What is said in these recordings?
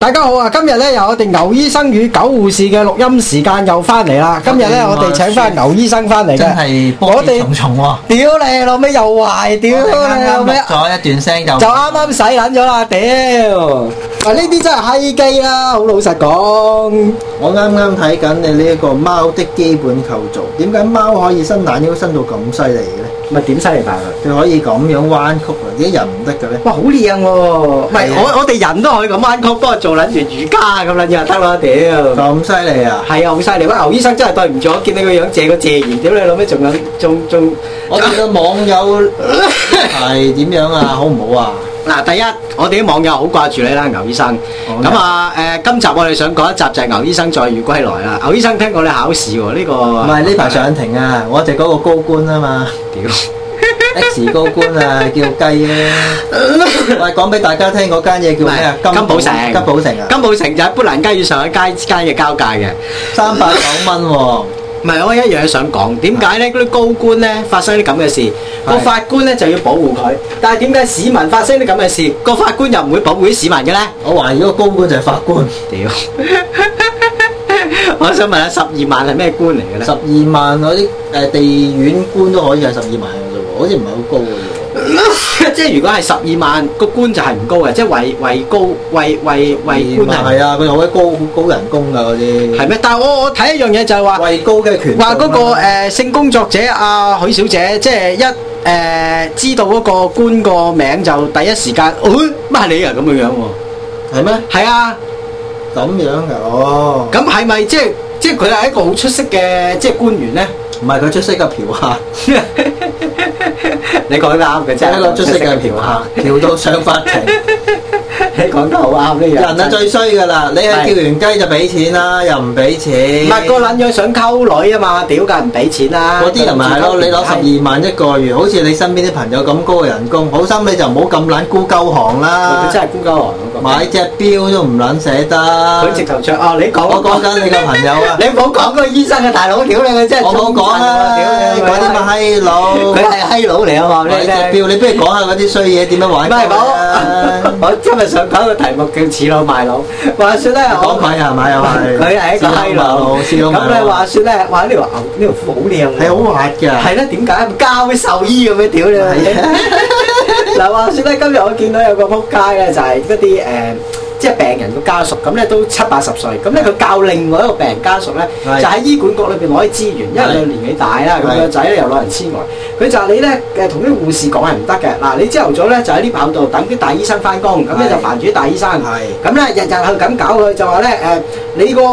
大家好啊！今日咧有我哋牛醫生與狗護士嘅錄音時間又翻嚟啦。今日咧我我哋哋請翻牛醫生翻嚟真嘅，係我波哋折重重喎。屌你老尾又壞，屌我哋你老啱啱尾錄咗一段聲就就啱啱洗撚咗啦，屌！嗱呢啲真係閪機啦，好老實講，我啱啱睇緊你呢一個貓的基本構造，點解貓可以伸懶腰伸到咁犀利嘅咧？咪啊點犀利法佢？佢可以咁樣彎曲啊，啲人唔得嘅咧？哇，好靚喎！唔係係啊我我哋人都可以咁彎曲，不過做撚住瑜伽咁撚樣就得啦，屌！咁犀利啊！係啊，好犀利！喂，牛醫生真係對唔住，我見你個樣借個借言，屌你老尾仲有仲仲我哋嘅網 友係點樣啊？好唔好啊？嗱，第一，我哋啲網友好掛住你啦，牛醫生。好嘅咁啊，誒、今集我哋想講一集就係牛醫生再遇歸來啦。啊牛醫生聽講你考試喎，呢、個唔唔係呢排上庭啊，我哋嗰個高官啊嘛屌， ，X 高官啊，叫雞咧。喂，講俾大家聽嗰間嘢叫咩啊？唔係金寶城，金寶城啊，金寶城就喺砵蘭街與上海街之間嘅交界嘅。三百九蚊喎。唔係，我有一樣嘢想講，點解咧嗰啲高官咧發生啲咁嘅事，個係法官咧就要保護佢，但係點解市民發生啲咁嘅事，個法官又唔會保護啲市民嘅咧？我懷疑嗰個高官就係法官。屌！ 我想問下，十二萬係咩官嚟嘅咧十？二萬嗰啲誒地院官都可以係十二萬嘅啫喎，好似唔係好高嘅啫 即係如果係十二萬個官就係唔高嘅，即係為為高為為為喎。官係係啊，佢好鬼高高人工㗎嗰啲，係咩？但係我我睇一樣嘢就係話位高嘅權重啊話嗰個誒性工作者阿許小姐，即係一誒知道嗰個官個名就第一時間，誒乜係你啊咁樣樣喎？係咩？係啊，咁樣㗎哦，咁係咪即係即係佢係一個好出色嘅即係官員咧？唔係佢出色嘅嫖 客， 你講得啱嘅即係啫，一個出色嘅嫖客，嫖到上法庭。 你講得好啱呢樣。 人啊最衰㗎啦，你係叫完雞就俾錢啦，又唔俾錢。唔係個撚樣想溝女啊嘛，屌梗係唔俾錢啦。嗰啲人咪係咯，你攞十二萬一個月，好似你身邊啲朋友咁高嘅人工，好心你就唔好咁懶孤鳩行啦佢。真係孤鳩王嗰個。啊買隻錶都唔撚捨得。佢直頭着啊！你講，我講緊你個朋友啊你唔好講個醫生嘅大佬，屌你佢真係啊我冇講啊啦，屌嗰啲咪閪佬，佢係閪佬嚟啊嘛！你隻你表，你不如講下嗰啲衰嘢點樣唔係玩佢啊我啦，我今日想講個題目叫似佬賣佬。話説咧，講佢係咪又啊係？佢係一個閪佬。試到咁你話説咧，哇！呢條牛呢條褲好靚喎係好滑㗎，係啦，點解交獸醫咁樣屌你老味？係啊 嗱話説咧，今日我見到有個撲街咧，就係一啲誒，即係病人個家屬咁咧，都七八十歲，咁咧佢教另外一個病人家屬咧，係就喺醫管局裏邊攞啲資源，因為佢年紀大啦，咁係個仔咧又老人痴呆，佢就話你咧誒同啲護士講係唔得嘅，嗱你朝頭早咧就喺呢跑道等啲大醫生翻工，咁咧係就煩住啲大醫生。係咁咧日日去咁搞佢，就話咧誒你個誒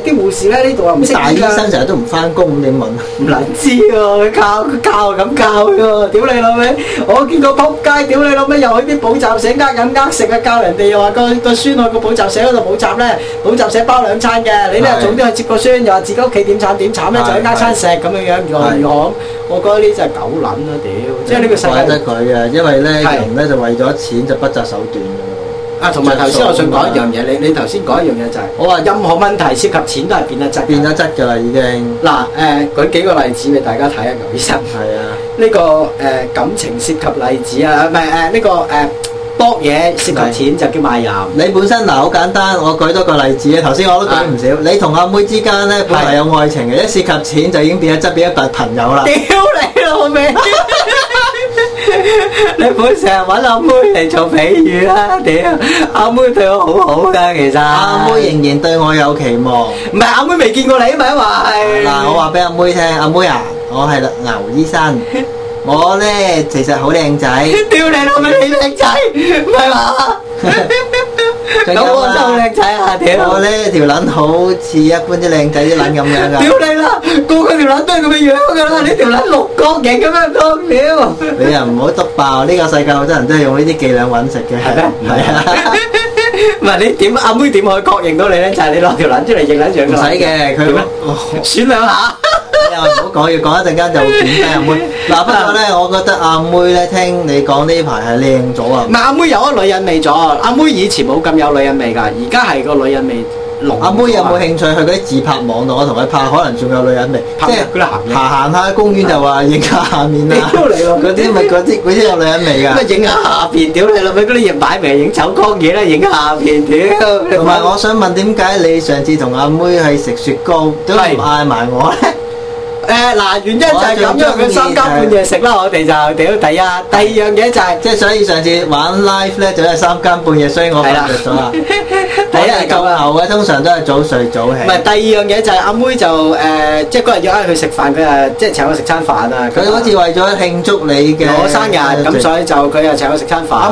啲護士咧呢度啊唔識大醫醫啦生成日都唔翻工咁點問？唔能知啊喎，佢教佢教咁教嘅喎，屌你老味！我見個仆街，屌你老味，又去啲補習社呃飲呃食啊，教人哋又話個個孫去個補習社嗰度補習咧，補習社包兩餐嘅，你咧係早啲去接個孫，又話自己屋企點慘點慘咧，係就去呃餐食咁樣樣，如何係如何？我覺得呢真係狗撚啦，屌！即係呢個世怪界得佢啊，因為咧係人咧就為咗錢就不擇手段㗎啊，同埋頭先我想講一樣嘢，你你頭先講一樣嘢就係，啊我話任何問題涉及錢都係變得質喎，嘅。變咗質㗎啦已經，嗱誒，舉幾個例子俾大家睇下，牛醫生。係啊。呢、個誒、呃感情涉及例子啊，唔係誒呢個誒、呃、搏嘢涉及錢就叫賣淫，你本身嗱好簡單，我舉多個例子啊。頭先我都舉唔少，你同阿妹之間咧，本來有愛情嘅，一涉及錢就已經變咗側邊一份朋友啦屌。你老味！ 你唔好成日揾阿妹嚟做比喻啦，屌阿妹對我好好噶，其實阿妹仍然對我有期望。唔係阿妹未見過你啊嘛，話係嗱，我話俾阿妹聽，阿妹啊，我係牛醫 生，我咧其實好靚仔，屌你老味，你靚仔唔係嘛？咁仲有啊我真係好靚仔啊！屌我！咧條撚好似一般啲靚仔啲撚咁樣啊噶。屌你啦，個個條撚都係咁嘅樣噶啦，你條撚六角形咁樣當屌！你又唔好篤爆，呢個世界好多人都係用呢啲伎倆揾食嘅。係咩係 啊。唔係你點阿妹點可以確認到你咧？就係你攞條撚出嚟認撚唔樣使嘅，佢點啊咧選兩下。又哎唔好講，要講一陣間就點低阿 妹。嗱，不過咧，我覺得阿妹咧，聽你講呢排係靚咗啊唔！係阿妹有咗女人味咗，阿妹以前冇咁有女人味㗎，而家係個女人味阿妹有冇興趣去嗰啲自拍網度？我同佢拍，可能仲有女人味，拍即嗰啲鹹係嘢行行下公園就話影下下面啊，屌 你老嗰啲咪嗰啲嗰啲有女 人味㗎。à, 同埋我想問點解你上次同阿妹去食雪糕都唔係啊嗌埋我咧？ à, à, 即係所以上次玩 live 咧就係三更半夜，所以我瞓着咗啊啦。第一係啊咁啦我哋做牛嘅，通常都係早睡早起。à, 佢好似為咗慶祝你嘅 à, 阿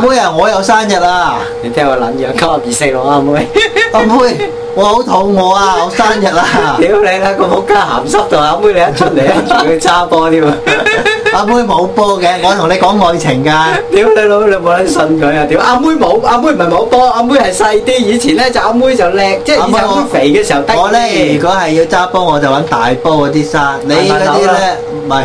妹啊，我有生日 啊！你聽我撚樣，九廿二四六啊，妹！阿妹，我好肚餓啊，我生日 啦！屌你啦，個仆街鹹濕到阿妹你一出嚟啊，仲要揸波添啊！阿妹冇波嘅，我同你講愛情㗎。屌你老母，你冇撚信佢啊！屌阿妹冇，阿妹唔係冇波，阿妹係細啲。以前咧就阿妹就靚，即係以前阿妹肥嘅時候得我咧如果係要揸波，我就揾大波嗰啲沙。你嗰啲咧唔 係，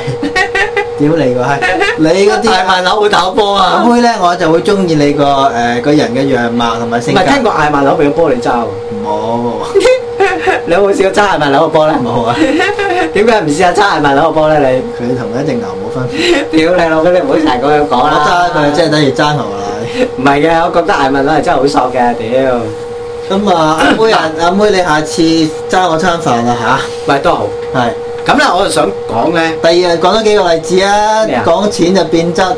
屌你個閪！你嗰大 啲萬樓會打波阿啊！妹咧，我就會中意你個誒個人嘅樣貌同埋唔性格係。聽過艾萬樓俾個波你揸喎，冇你有冇試過揸艾萬樓個波咧？冇啊！點解唔試下揸艾萬樓個波咧？佢同一隻牛冇分 別。你屌你老母，你唔好成日咁樣講我啦！揸佢即係等於揸牛奶。唔係嘅，我覺得艾萬樓係真係好索嘅，屌！咁 啊，阿妹啊，阿妹你下次揸我餐飯啦喂，都好。吓，係。咁咧，我就想講咧。第二日講多幾個例子啊咩啊，講錢就變 質，誒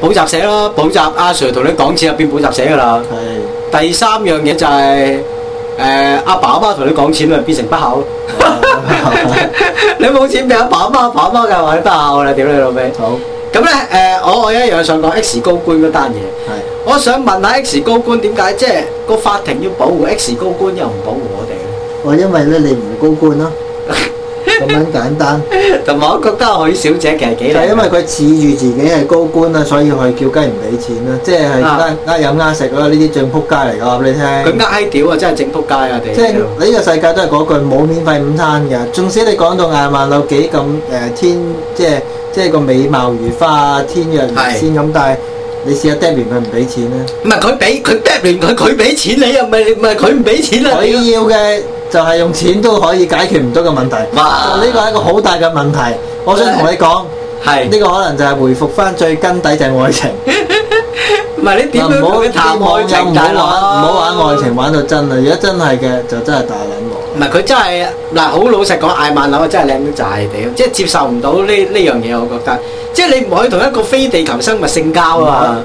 補習社咯，補習阿 Sir 同你講錢入邊補習社噶啦。係第三樣嘢就係誒阿爸阿媽同你講錢咪啊變成不孝咯。 你冇錢俾阿爸阿媽，阿爸阿媽就話你不孝啦，屌你老味。好咁咧誒，我我有一樣想講 X 高官嗰單嘢，係我想問下 X 高官點解即係個法庭要保護 X 高官又唔保護我哋咧？我哦因為咧你唔高官咯，咁樣簡單，同埋我覺得許小姐其實就 幾靚，啊係因為佢恃住自己係高官啦，所以佢叫雞唔俾錢啦，即係啊呃呃飲呃食啦，呢啲正撲街嚟㗎，話俾你聽。佢呃閪屌啊，真係整仆街啊！即係哋呢個世界都係嗰句冇免費午餐嘅。縱使你講到亞萬柳幾咁誒天，即係即係個美貌如花、天若係仙咁，但係你試下 d e b 佢唔俾錢咧，唔係佢俾佢 d 亂佢，佢俾錢你啊，唔係唔係佢唔俾錢啊！你佢要嘅就係用錢都可以解決唔到嘅問題。哇呢個係一個好大嘅問題。我想同你講，係呢個可能就係回復翻最根底就係愛情。唔係 你點樣同佢談愛情唔大好玩，佬？唔好玩愛情，玩到真啦。如果真係嘅，就真係大撚唔鑊。係佢真係嗱，好老實講，艾曼樓真係靚到滯屌，即係接受唔到呢呢樣嘢，我覺得。即係你唔可以同一個非地球生物性交啊！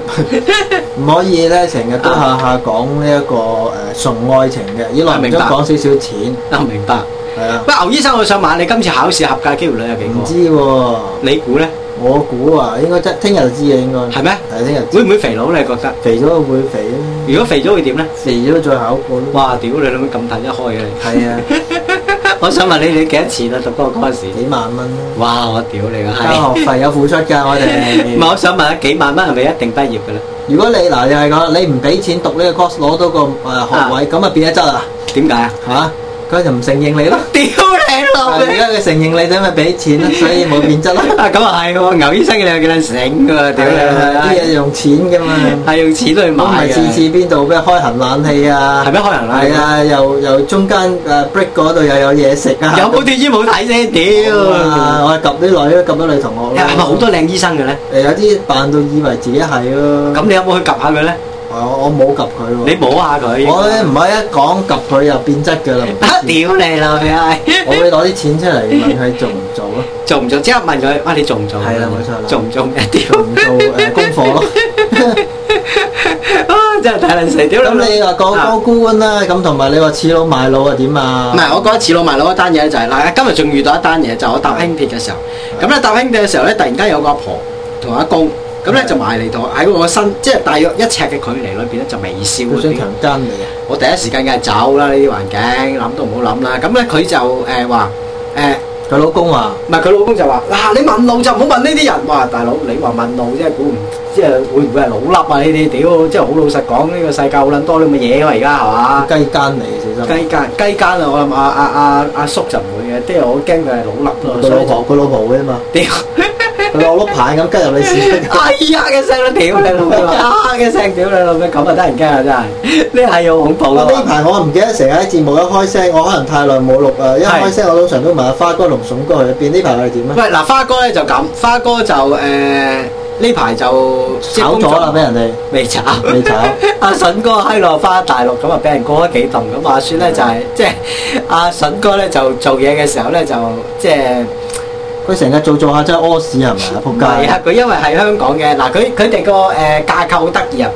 唔可以咧，成日都下下講呢一個誒崇愛情嘅，以來啊唔明都白講少少錢，我明白。係啊，喂，牛醫生，我想問你今次考試合格機會率有幾唔知高？喎，你估咧我估啊，應該真聽日就知嘅應該，係咩？係聽日知會唔會肥佬？你覺得？肥咗會肥啊，如果肥咗會點咧？肥咗再考 過咯，哇！屌你老味咁睇一開嘅你！係啊，我想問你，你幾多錢啊？讀嗰個嗰陣時？幾萬蚊咯，哇！我屌你個交閪！學費有付出㗎， 我唔係，哋。我想問下幾萬蚊係咪一定畢業嘅咧？如果你嗱又係講，你唔俾錢讀呢個 course 攞到個誒學位，咁啊變咗質啦點解啊？嚇，佢就唔承認你 咯。屌你老但係而味！家佢承認你，所以咪俾錢咯，所以冇變質啦。啊，咁啊係喎，牛醫生你有幾撚醒㗎 喎？屌 À, 你老啲味嘢用錢㗎嘛。係用錢去買我唔係嘅，次次邊度咩開行冷氣啊？係咩開行冷氣係啊，又又中間誒 break 嗰度又有嘢食啊！有冇脱衣舞睇先？屌！啊？我係及啲女，及咗女同學係咯。咪好多靚醫生嘅咧？誒有啲扮到以為自己係咯。咁你有冇去及下佢咧？我我冇及佢你喎。摸下佢。我咧唔可以一講及佢又變質㗎啦。唔啊！知屌你老味啊！我會攞啲錢出嚟問佢做唔做咯，做唔做？即刻問佢：，哇！你做唔做？係啦冇錯啦做唔做咩？屌！做唔做誒功課咯。啊！真係太撚死！屌咁你話講啊高官啦，咁同埋你話似佬賣佬啊點啊？唔係，我覺得似老埋佬一單嘢咧就係、嗱，今日仲遇到一單嘢，就係我搭輕鐵嘅時候，咁咧搭輕鐵嘅時候咧，突然間有個阿婆同阿公，咁咧就埋嚟同我喺我身，即係大約一尺嘅距離裏邊咧就微笑佢嗰想啲。強姦你啊！我第一時間梗係走啦，呢啲環境諗都唔好諗啦。咁咧佢就誒話誒，佢老公話。唔係佢老公就話嗱、你問路就唔好問呢啲人。哇，大佬你話問路即係估唔即係會唔會係老笠啊？呢啲屌，即係好老實講，呢、個世界好撚多呢咁嘅嘢啊！而家係嘛？雞奸嚟嘅，小心。雞奸雞奸啊！我諗阿阿阿阿叔就唔會嘅，即係我驚佢係老笠咯，佢所老啊以就 婆，佢老婆嘅嘛。屌佢攞碌棒咁吉入你屎 忽。哎呀嘅聲都屌你老 味，啊嘅聲屌你老味，咁啊得人驚啊真係，呢係好恐怖我呢啊！排我唔記得成日喺節目一開聲，我可能太耐冇錄啊！一係開聲我通常都問下花哥同筍哥去邊。呢排我哋點啊？喂，嗱花哥咧就咁，花哥就誒呢排就即係炒工作咗啦，俾人哋啊未炒。未炒。阿筍哥閪落翻大陸咁啊，俾人過咗幾棟咁。啊話説咧就係、即係阿筍哥咧就做嘢嘅時候咧就即係佢成日做做下真係屙屎係咪啊？唔仆係街！啊！佢因為係香港嘅嗱，佢佢哋個誒架構好得意啊！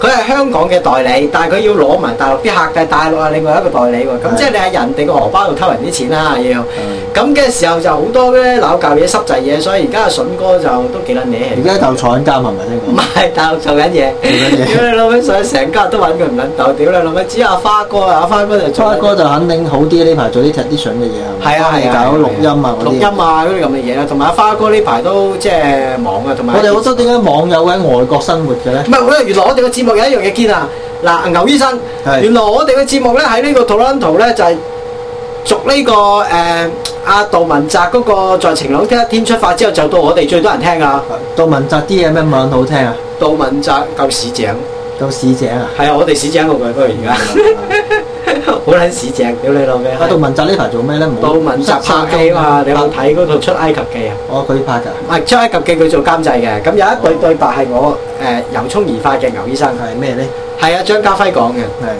佢係香港嘅代理，但係佢要攞埋大陸啲客，但係大陸係另外一個代理喎。咁係即係你喺人哋個荷包度偷人啲錢啦，要嗯咁嘅時候就好多咧鬧舊嘢濕滯嘢，所以而家阿筍哥就都幾撚嘢氣而。家就坐緊監係咪先？唔係大陸做緊嘢，緊嘢屌你老味！上成家都揾佢唔撚鬥，屌你老味！只有阿花哥啊，阿花哥就做花哥就肯定好啲，呢排做啲 tradition 嘅嘢係咪？係啊係啊，搞錄音啊嗰錄音啲。啊嗰啲咁嘅嘢啦，同埋阿花哥呢排都即係忙啊，同埋我哋好多點解網友喺外國生活嘅咧唔？係，我哋原來我哋個節目有一樣嘢堅啊！嗱，牛醫生，係原來我哋嘅節目咧喺呢個 Toronto 咧就係續呢個誒阿杜汶澤嗰個在晴朗的一天出發之後，就到我哋最多人聽啊！杜汶澤啲嘢咩冇咁好聽啊？杜汶澤夠市井，到市井 啊！係啊！我哋市井過佢，不過而家好撚市井，屌你老味！阿杜汶澤呢排做咩咧？冇杜汶澤拍戲啊嘛，你有冇拍睇嗰套出埃及記啊？哦，佢拍㗎。啊，出埃及記佢做監製嘅，咁有一對對白係我誒由衷而發嘅牛醫生，係咩咧？係啊，張家輝講嘅。係。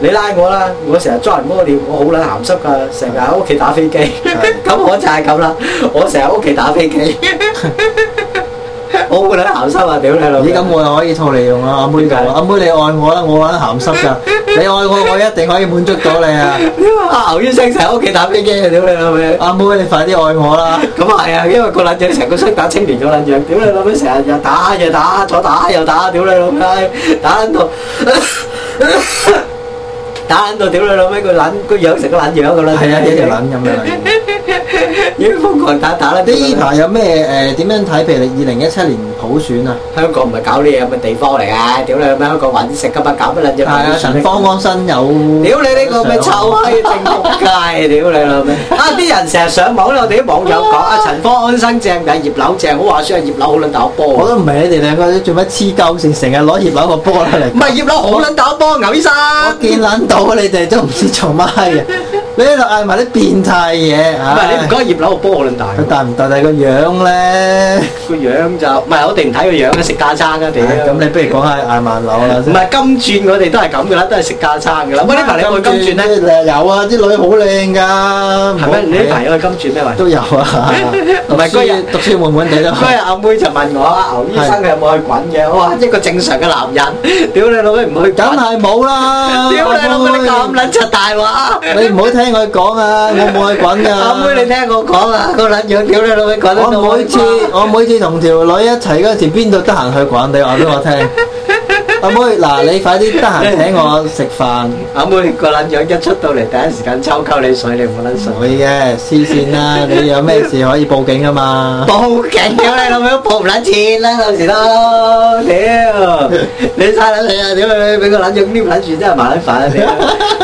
你拉我啦，我成日抓人屙尿，我好撚鹹濕噶，成日喺屋企打飛 機，咁我就係咁啦，我成日喺屋企打飛機，我好撚鹹濕啊！屌你老咦，味！咁我又可以套你用啦，啊阿妹就話阿妹你愛我啦，我揾鹹濕 噶，你愛我，我一定可以滿足到你啊！阿牛醫生成日喺屋企打飛機啊！屌你老味！阿妹你快啲愛我啦！咁啊係啊，因為個撚樣成個雙打青年咗撚樣，屌你老味！成日又打又打，左打右打，屌你老味！打撚到 打撚到屌你老味！個撚個樣成個撚樣噶啦，係啊，一條撚咁樣啦。已經瘋狂打打啦！呢排有咩誒點樣睇？譬如二零一七年普選啊，香港唔係搞呢嘢咁嘅地方嚟嘅，屌你喺香港揾食噶嘛，搞乜撚嘢？係啊，陳方安生有屌你呢個咩臭啊閪正仆街，屌你啦咩！啊啲人成日上網咧，我哋啲網友講啊陳方安生正，但係葉劉正，好話説啊葉劉好撚打我波，都唔明你哋兩個做乜黐鳩線，成日攞葉柳個波嚟唔。係葉劉好撚打波，牛醫生。我見撚到你哋都唔知做乜 嘅，你喺度嗌埋啲變態嘢唔係你唔嚇。講葉劉個波好撚大，佢大唔大？但係個樣咧，個樣就唔係我哋唔睇個樣啦，食架餐啦屌。咁你不如講下嗌萬柳啦唔。係金鑽，我哋都係咁噶啦，都係食架餐噶啦。喂，呢排你有冇去金鑽咧？咧？有啊，啲女好靚噶。係咩？你呢排有去金鑽咩？喂？都有啊。 唔係嗰日讀書悶悶地都。嗰日阿妹就問我啊，牛醫生佢有冇去滾嘅？我話一個正常嘅男人，屌你老味唔去梗滾，係冇啦。屌你老味你咁撚柒大話。你唔好聽佢講啊！我冇去滾㗎。阿妹你聽我講啊，個撚樣屌你老味滾得我每次我每次同條女一齊嗰陣時，邊度得閒去滾？你話俾 我聽。阿妹，嗱，你快啲得閒請我食飯， 阿妹個撚樣一出到嚟，第一時間抽溝你水，你冇撚信唔。會嘅，黐線啦！你有咩事可以報警 㗎嘛？報警屌你老味都報唔撚錢啦，到時都屌你嘥撚你啊！屌你俾個撚樣黏撚住真係麻撚煩啊！屌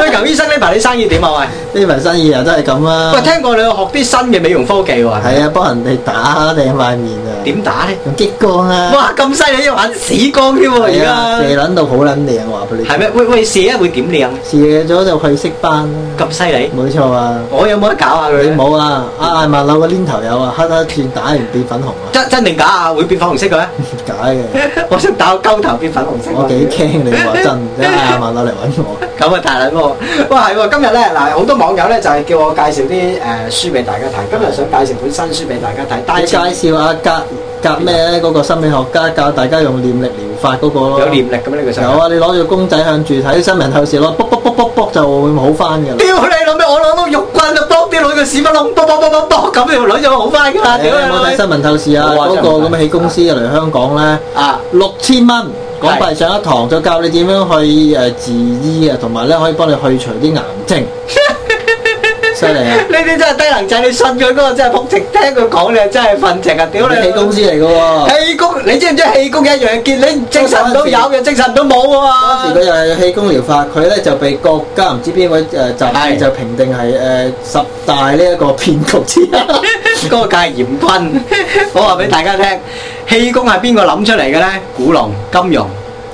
喂，牛醫生呢排你生意點啊？喂，呢份生意又都係咁啦喂，。聽講你學啲新嘅美容科技喎，係啊，幫人哋打你塊面啊，點打咧？用激光啊！哇！咁犀利要玩屎光添喎，係啊，而射撚到好撚靚，我話俾你家係聽。咩？喂喂，射一會點靚？射咗就去色班啦，咁犀利，冇錯啊！我有冇得搞下你佢？冇啊？阿艾曼柳個鏈頭有啊，黑黑轉打完變粉紅啊，真真定假啊？會變粉紅色嘅咩？假嘅。 我想打個鳩頭變粉紅色。我幾驚你話真，真係艾曼柳嚟揾我。咁啊，大撚喎！哇，係喎！今日咧嗱，好多網友咧就係叫我介紹啲誒書俾大家睇，今日想介紹本新書俾大家睇， 但你介係紹阿格格咩咧？嗰個心理學家教大家用念力療法嗰個咯。有念力咁咩呢個有想？啊！你攞住公仔向住睇，新人透視咯，卜卜卜卜卜就會好翻 㗎啦。屌你老味！我攞到肉棍就幫啲女個屎忽窿，卜卜卜卜卜咁條女就好翻㗎啦！你有啊屌你老冇睇味！新聞透視啊？冇啊嗰真係個冇睇咁嘅起公司嚟香港咧，啊！六千蚊港幣上一堂，就教你點樣去誒自醫啊，同埋咧可以幫你去除啲癌 症。犀利啊！呢啲真係低能仔，你信佢嗰個真係仆直，聽佢講你真係瞓直啊！屌你！你起公司哦嚟㗎喎。氣功，你知唔知氣功一樣見你精神都有嘅，精神都冇當時啊嘛佢。又係氣功療法，佢咧就被國家唔知邊位誒雜誌係 就評定係誒十大呢一個騙局之一。嗰個梗係嚴君。我話俾大家聽，氣功係邊個諗出嚟嘅咧？古龍、金庸。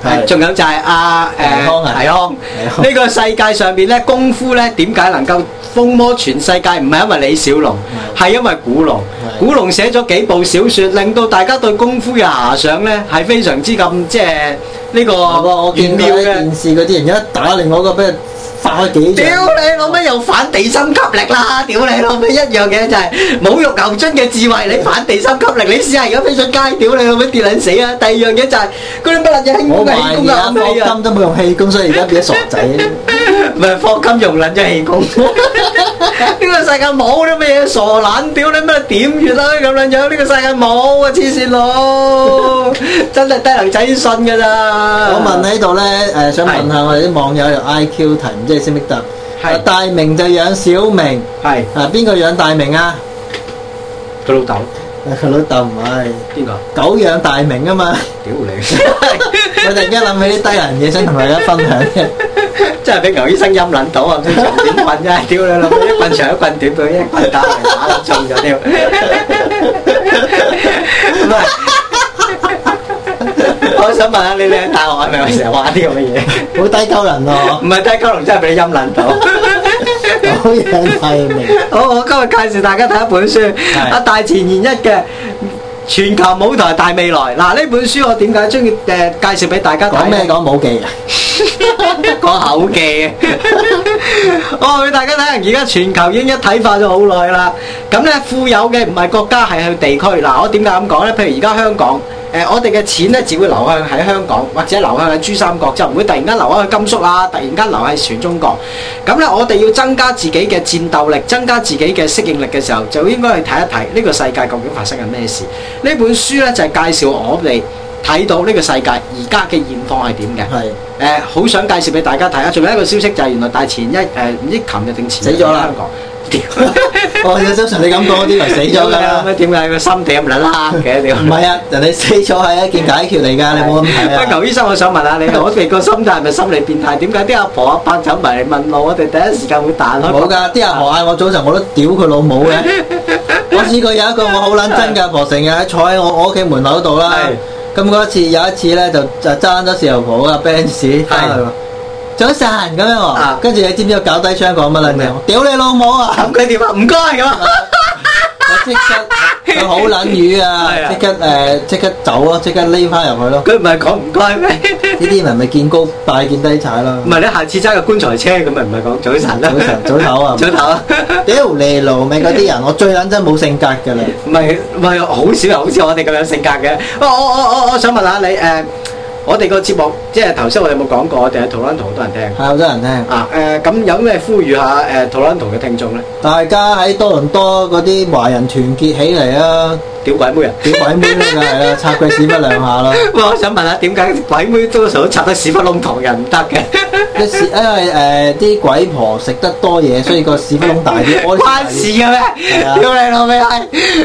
係係，仲有就係阿倪匡啊誒倪匡，呢個世界上邊咧功夫咧點解能夠風魔全世界？唔係因為李小龍，係因為古龍。係古龍寫咗幾部小説，令到大家對功夫嘅遐想咧係非常之咁即係呢個我我玄見到妙啲嘅。電視嗰啲人一打另外一個俾人化幾屌掌，你老味又反地心吸力啦！屌你老味一樣嘢就係侮辱牛津嘅智慧，你反地心吸力，你試下而家飛上街，屌你老味跌撚死啊！第二樣嘢就係嗰啲乜撚嘢輕功我嘅懷輕疑功啊啊，霍暗器啊！金都冇用氣功，所以而家變咗傻仔。唔係霍金用撚咗氣功，呢個世界冇啲咩嘢傻撚，屌你乜點穴啦咁撚樣，呢個世界冇啊黐線佬，真係低能仔先信㗎咋。我我問喺度咧，誒想問下我哋啲網友有 I Q 題，唔知你識唔識答？係啊大明就養小明，係啊邊個養大明啊？ 佢老豆啊佢老豆唔係邊個？狗養大明啊嘛！屌你！我突然間諗起啲低能嘢，想同大家分享嘅。真係俾牛醫生陰撚到啊！唔知重點棍真係屌你老母，一棍長一棍短，佢一棍打嚟打撚中咗屌！唔係，我想問下你哋喺大學係咪成日玩啲咁嘅嘢？好低鳩人 咯，唔係低鳩龍真係俾你陰撚到。狗養大明。好，我今日介紹大家睇一本書，阿大前研一嘅。全球舞台大未來嗱呢本書我點解中意誒介紹俾大家睇呢講咩講武技啊？講口技，我話俾大家睇，而家全球已經一體化咗好耐啦。咁咧富有嘅唔係國家，係去地區。嗱，我點解咁講咧？譬如而家香港，誒、我哋嘅錢咧只會流向喺香港，或者流向喺珠三角，就唔會突然間流向去甘肅啊，突然間流喺全中國。咁咧，我哋要增加自己嘅戰鬥力，增加自己嘅適應力嘅時候，就應該去睇一睇呢個世界究竟發生緊咩事。呢本書咧就係、介紹我哋睇到呢個世界而家嘅現況係點嘅。係誒好、想介紹俾大家睇啊！仲有一個消息就係原來大前一誒唔知琴日定前日死咗啦香港屌我有相信你咁講嗰啲人死咗㗎啦。點解個心地咁撚黑嘅屌？唔係啊，人哋死咗係一件解決嚟㗎，你冇咁睇喂，啊。牛醫生，我想問下 你，我哋個心態係咪心理變態？點解啲阿婆阿伯走埋嚟問路，我哋第一時間會彈開？冇㗎，啲阿婆嗌我早晨我都屌佢老母嘅。我試過有一個我好撚憎嘅阿婆，成日喺坐喺我我屋企門口度啦。咁嗰一次有一次咧就就爭咗豉油婆啊 Benz 翻嚟喎，早晨咁樣喎啊，跟住你知唔知我搞低窗講乜撚嘢？我屌你老母啊！咁佢點啊？唔該咁啊！我即 刻佢好撚魚啊係！啊即刻誒即刻走咯，即刻匿翻入去咯。佢唔係講唔該 咩？呢啲人咪見高拜見低踩咯唔。係你下次揸個棺材車咁咪唔係講早晨啦？早晨早唞 啊早唞啊！屌你老味嗰啲人，我最撚真冇性格㗎啦。 唔係唔係，好少啊人好似我哋咁樣性格嘅。我我我我我想問下你誒、我哋個節目即係頭先我哋有冇講過，我哋喺 Toronto 好多人聽係好多人聽，啊誒，咁、有咩呼籲下誒、Toronto 嘅聽眾咧？大家喺多倫多嗰啲華人團結起嚟啊！屌鬼妹人！屌鬼妹啦，梗 係啦，插佢屎忽兩下啦！喂，我想問下點解鬼妹多數都插得屎忽窿唐人唔得嘅？一時因哎為誒啲鬼婆食得多嘢，所以個屎忽窿大 啲，屙尿大關啲事嘅咩？係啊屌你老味！唉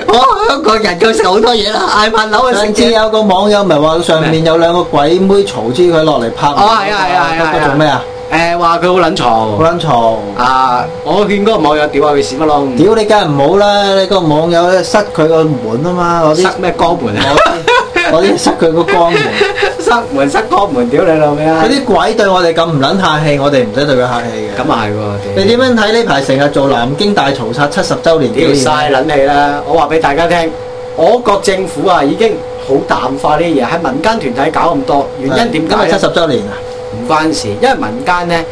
我香港人夠食好多嘢啦，嗌萬樓去食上次嘢。有個網友咪話上面有兩個鬼妹嘈住佢落嚟拍門哦係啊係啊係啊嗰個做咩啊？誒話佢好撚好嘈撚嘈！啊！我勸嗰個網友屌下佢屎忽窿，屌你梗係唔好啦！你個網友咧塞佢個門啊嘛，攞啲塞咩肛門啊攞？啲攞啲塞佢個肛門。 塞門塞肛門，屌你老味啊！嗰啲鬼對我哋咁唔撚客氣，我哋唔使對佢客氣嘅。咁啊係喎，你屌點樣睇呢排成日做南京大屠殺七十週年紀屌念？晒撚氣啦！我話俾大家聽，我國政府啊已經好淡化呢啲嘢，喺民間團體搞咁多，原因點因解為咧七？十週年啊！唔關事，因為民間咧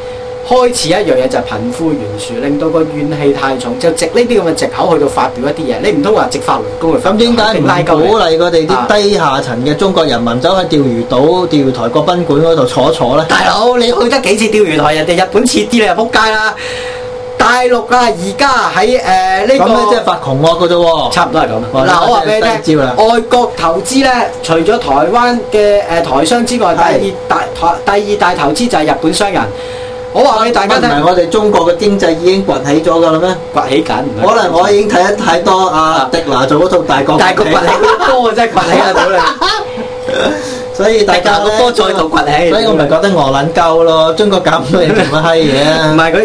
開始一樣嘢就係貧富懸殊，令到個怨氣太重，就藉呢啲咁嘅藉口去到發表一啲嘢。你唔通話藉法輪功去發咁表點解唔啊拉鳩你鼓勵我哋啲低下層嘅中國人民走去釣魚島、釣魚台國賓館嗰度坐一坐 咧？大佬，你去得幾次釣魚台？人哋日本切啲你又撲街啦！大陸啊，而家喺誒呢個咁咧即係發窮惡嘅啫喎。差唔多係咁哇嗱，我話俾啊真係你低聽，招啦外國投資咧，除咗台灣嘅誒台商之外，係第二大台第二大投資就係日本商人。我話俾大家聽唔，係我哋中國嘅經濟已經崛起咗㗎啦咩？崛起緊。可能我已經睇得太多阿啊迪娜做嗰套大國大國崛起起，好多啊，真係崛 起啊！屌你，所以大家迪娜個波再度崛起所以我咪覺得我撚鳩咯，中國搞咁多嘢做乜閪唔 嘢？係佢誒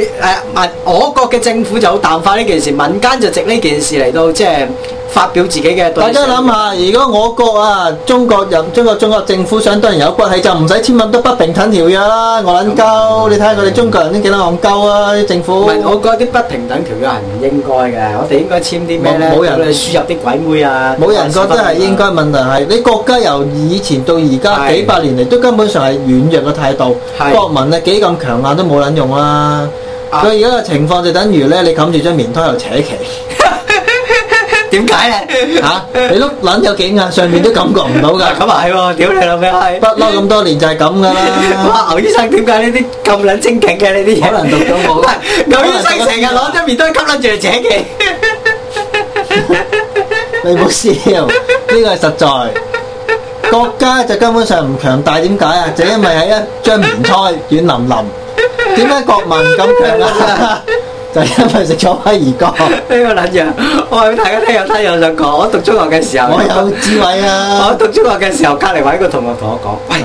民，我國嘅政府就好淡化呢件事，民間就藉呢件事嚟到即係發表自己嘅對大家諗下，如果我國啊，中國人、中國中國政府想對人有骨氣，就唔使簽咁多不平等條約啦。我撚鳩，你睇下佢哋中國人都幾多戇鳩啊！啲政唔府係，我覺得啲不平等條約係唔應該嘅，我哋應該簽啲咩咧？冇冇人叫你輸入啲鬼妹啊！冇人覺得係應該，問題係你國家由以前到而家係幾百年嚟都根本上係軟弱嘅態度，係國民啊幾咁強硬都冇撚用啦。啊佢而家嘅情況就等於咧，你冚住張棉胎又扯旗。 點解咧？嚇、你碌撚有幾硬，上面都感覺唔到㗎嗱，。咁啊係喎，屌你老味係！不嬲咁多年就係咁㗎啦。哇！牛醫生點解呢啲咁撚精勁嘅呢啲嘢？可能讀咗冇唔係 牛醫生成日攞張面都吸撚住嚟扯嘅。你冇笑，呢個係實在。國家就根本上唔強大，點解啊？就因為係一張棉胎軟淋淋。點解國民咁強啊？ 就因為食咗威而鋼。 呢個撚樣，我話俾大家聽有單有想講。我讀中學嘅時候，我有智慧我啊！讀中學嘅時候，隔離位個同學同我講：，喂，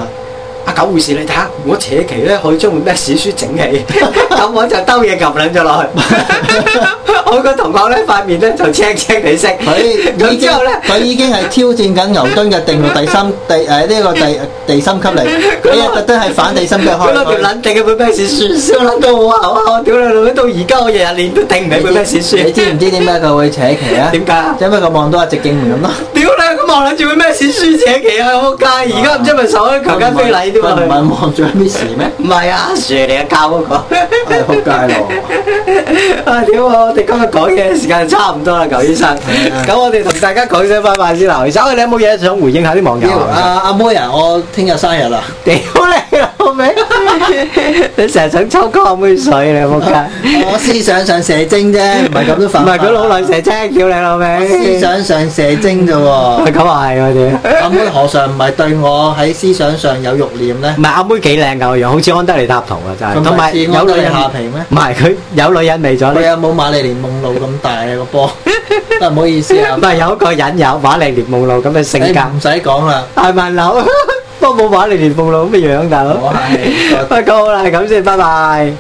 阿九護士，你睇下我扯旗咧，可以將本咩史書整起， 咁我就兜嘢撳撚咗 落去。 我個同學咧塊面咧就青青地色，佢已咁之經後咧。佢已經係挑戰緊牛頓嘅定律第三第誒呢個第第三級嚟，佢啊特登係反第三級佢開嗰條佢。撚定嘅本咩史書，燒撚到我啊！哇我屌你老味，到而家我日日練都定唔起本咩史書。你知唔知點解佢會扯旗啊？點解啊？因為佢望到阿直徑咁咯。屌你，咁望撚住本咩史書扯旗啊！仆街，而家唔知咪受咗強姦非禮添佢唔嘛？係望住 Miss 咩？唔係啊，阿 Sir 你啊教嗰個。 係仆街咯！啊屌！我哋今日講嘢時間差唔多啦，牛醫生。啊咁我哋同大家講聲拜拜先啦。走，你有冇嘢想回應下啲網友屌，阿啊？阿妹啊，我聽日生日 啦，屌你老 味！你成日想抽江妹水你仆街。我思想上射精啫，唔係咁都唔犯法。係佢老卵蛇精，屌你老我味！思想上射精啫喎。喂，咁啊係我哋。阿妹何嘗唔係對我喺思想上有慾念咧唔？係阿妹幾靚噶個樣，好似安德利塔圖啊真係，佢同埋咪似有安女德利人下皮咩唔係佢有女人味咗佢咧，有冇瑪麗蓮夢露咁大啊個 波？真係唔好意思啊唔，係有一個人有瑪麗蓮夢露咁嘅你性格，唔使講啦，大萬樓， 不過冇瑪麗蓮夢露咁嘅樣大佬。我係。不過好啦，係咁先，拜拜。